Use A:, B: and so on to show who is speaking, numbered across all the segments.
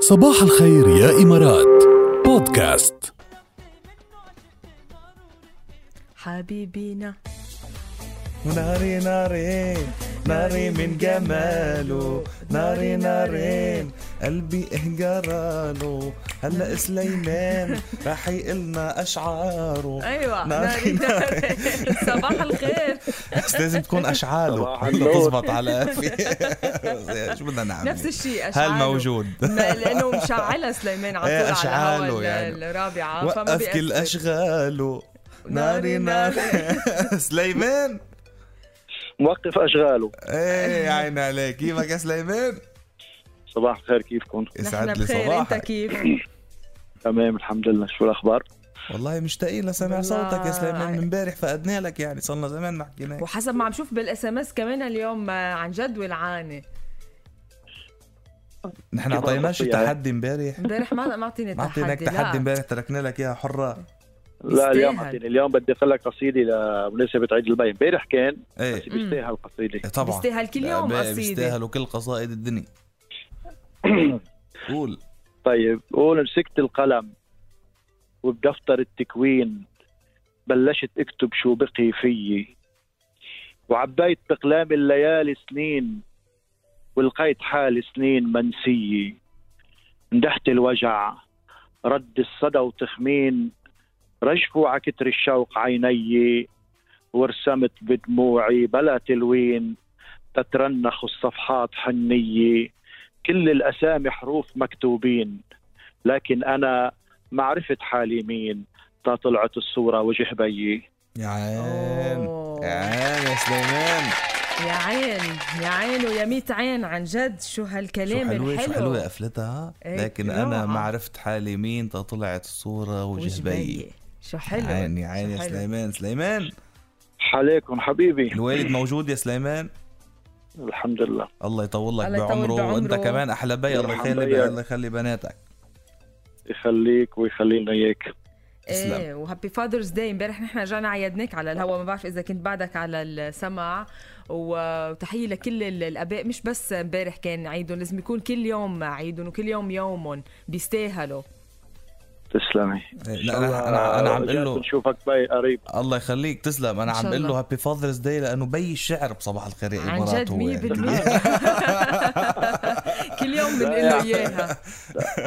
A: صباح الخير يا إمارات بودكاست
B: حبيبينا
C: ناري نارين ناري من جماله ناري نارين قلبي اهجراله هلا سليمان راح يقلنا اشعاره
B: ايوه
C: ناري
B: ناري ناري صباح الخير
C: بس لازم تكون اشعاله
D: صباح
C: حتى
D: النور.
C: تزبط على قفي شو بدنا نعمل
B: نفس الشيء نعم،
C: هل
B: اشعاله
C: موجود
B: ما لانه مشعله سليمان على
C: إيه،
B: طول على
C: أشعاله
B: هوا ال-
C: يعني.
B: الرابعه فما
C: وقف كل
B: بيأثر.
C: اشغاله ناري ناري سليمان
D: موقف اشغاله
C: ايه يا عيني عليك كيفك يا سليمان
D: صباح الخير كيفكم
B: نحن
C: يسعد لي
B: بخير انت
C: صباحك
B: كيف؟
D: تمام الحمد لله شو الاخبار
C: والله مشتاقين لسمع
B: والله.
C: صوتك يا سليمان من امبارح فقدنا لك يعني صرنا زمان ما حكيناك
B: وحسب ما عم شوف بالاس ام اس كمان اليوم آه، عن جد ولعانه
C: نحن
D: كيف
C: اعطيناش
D: أخطيها؟
C: التحدي امبارح
B: امبارح ما ما اعطيني
C: ما
B: تحدي
C: اعطيناك تحدي
B: لا.
C: امبارح تركنا لك اياها حره
D: لا اليوم
B: يستاهل.
D: عطيني اليوم بدي اقول لك قصيده لمناسبه عيد البي امبارح كان بس
C: ايه
D: بيستاهل قصيده
C: طبعا
B: بيستاهل كل يوم
C: لا،
B: قصيده
C: بيستاهلوا كل قصائد الدنيا قول
D: طيب قول مسكت القلم وبدفتر التكوين بلشت اكتب شو بقي فيي وعبيت بقلام الليالي سنين ولقيت حالي سنين منسية ندحت الوجع رد الصدى وتخمين رجفوا على كتر الشوق عيني ورسمت بدموعي بلا تلوين تترنخ الصفحات حنية كل الأسامي حروف مكتوبين لكن أنا معرفة حالي مين تا طلعت الصورة وجه بيي
C: يا عين
B: أوه.
C: يا عين يا سليمان
B: يا عين يا عين ويا ميت عين عن جد شو
C: شو
B: هالكلام
C: حلوه شو
B: الحلو
C: حلوه قفلتها
B: إيه،
C: لكن
B: روعة.
C: انا ما عرفت حالي مين طلعت الصوره وجه بيي
B: وجبية. شو
C: يا
B: حلو
C: عين يا عين يا
B: حلو.
C: سليمان سليمان
D: حاليكم حبيبي
C: الوالد موجود يا سليمان
D: الحمد لله
C: الله يطول لك
B: الله يطول
C: بعمره,
B: بعمره.
C: وانت كمان احلى بي الله
D: يرحم
C: يخلي
D: بيك.
C: الله يخلي بناتك
D: يخليك ويخلي لنا اياك
C: تسلم.
B: ايه وهابي فاذرز داي امبارح نحن رجعنا عيدناك على الهوا ما بعرف اذا كنت بعدك على السمع و- وتحيه لكل ال- الاباء مش بس امبارح كان عيدهم لازم يكون كل يوم عيدهم وكل يوم يومهم بيستاهلوا
D: تسلمي
C: إيه، لا انا انا, أنا عم اقول له
D: نشوفك باي قريب
C: الله يخليك تسلم انا
B: إن
C: عم
B: شاء
C: اقول له
B: الله.
C: هابي فاذرز داي لانه بي الشعر بصباح الخير يا
B: عن
C: امارات
B: جد
C: هو يعني.
B: 100% كل يوم بنقول له اياها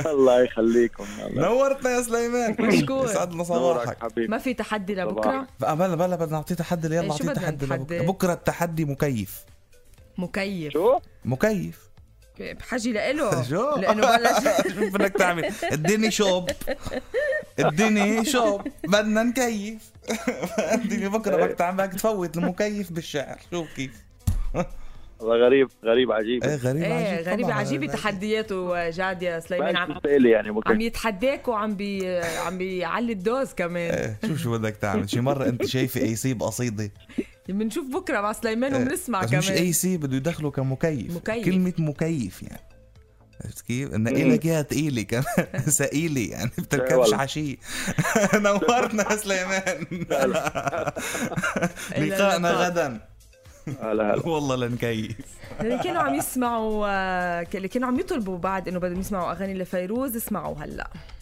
D: الله يخليكم
C: نورتنا يا سليمان
B: مشكور.
C: يسعد لنا
D: نورك
C: صباحك
D: حبيبي
B: ما في تحدي لبكره
D: طبعاً.
C: بقى بلا بلا بدنا نعطيه تحدي
B: إيه،
C: يلا
B: شو
C: اعطيه
B: بدنا
C: تحدي
B: نتحدى؟
C: لبكره بكره التحدي مكيف
B: مكيف
D: شو؟
C: مكيف
B: بحاجه لإله
C: شو؟
B: لانه بلش
C: شو بدك تعمل اديني شوب اديني شوب بدنا نكيف اديني بكره بدك تعمل بدك تفوت المكيف بالشعر شوف كيف
D: والله غريب غريب عجيب
C: ايه غريب
B: ايه
C: عجيب
B: غريبه
C: طبعاً.
B: عجيبه تحدياته جاد يا سليمان
D: ما
B: عم
D: تسألي يعني
B: عم
D: ممكن
B: يتحداك وعم بي عم بيعلي الدوز كمان
C: إيه، شو شو بدك تعمل شي مره انت شايفه اي سي بقصيده
B: بنشوف بكره مع سليمان وبنسمع
C: بس مش اي
B: كمان
C: سي بده يدخله كمكيف
B: مكيف.
C: كلمه مكيف يعني عرفت كيف؟ انه لك اياها ثقيله كمان ثقيله يعني بتركبش
D: والله.
C: عشية نورتنا يا سليمان لقائنا
B: اللقاء.
C: غدا
D: هلا هلا
C: والله لنكيف
B: اللي كانوا آه، عم يسمعوا اللي كانوا عم يطلبوا بعد انه بدهم يسمعوا اغاني لفيروز اسمعوا هلا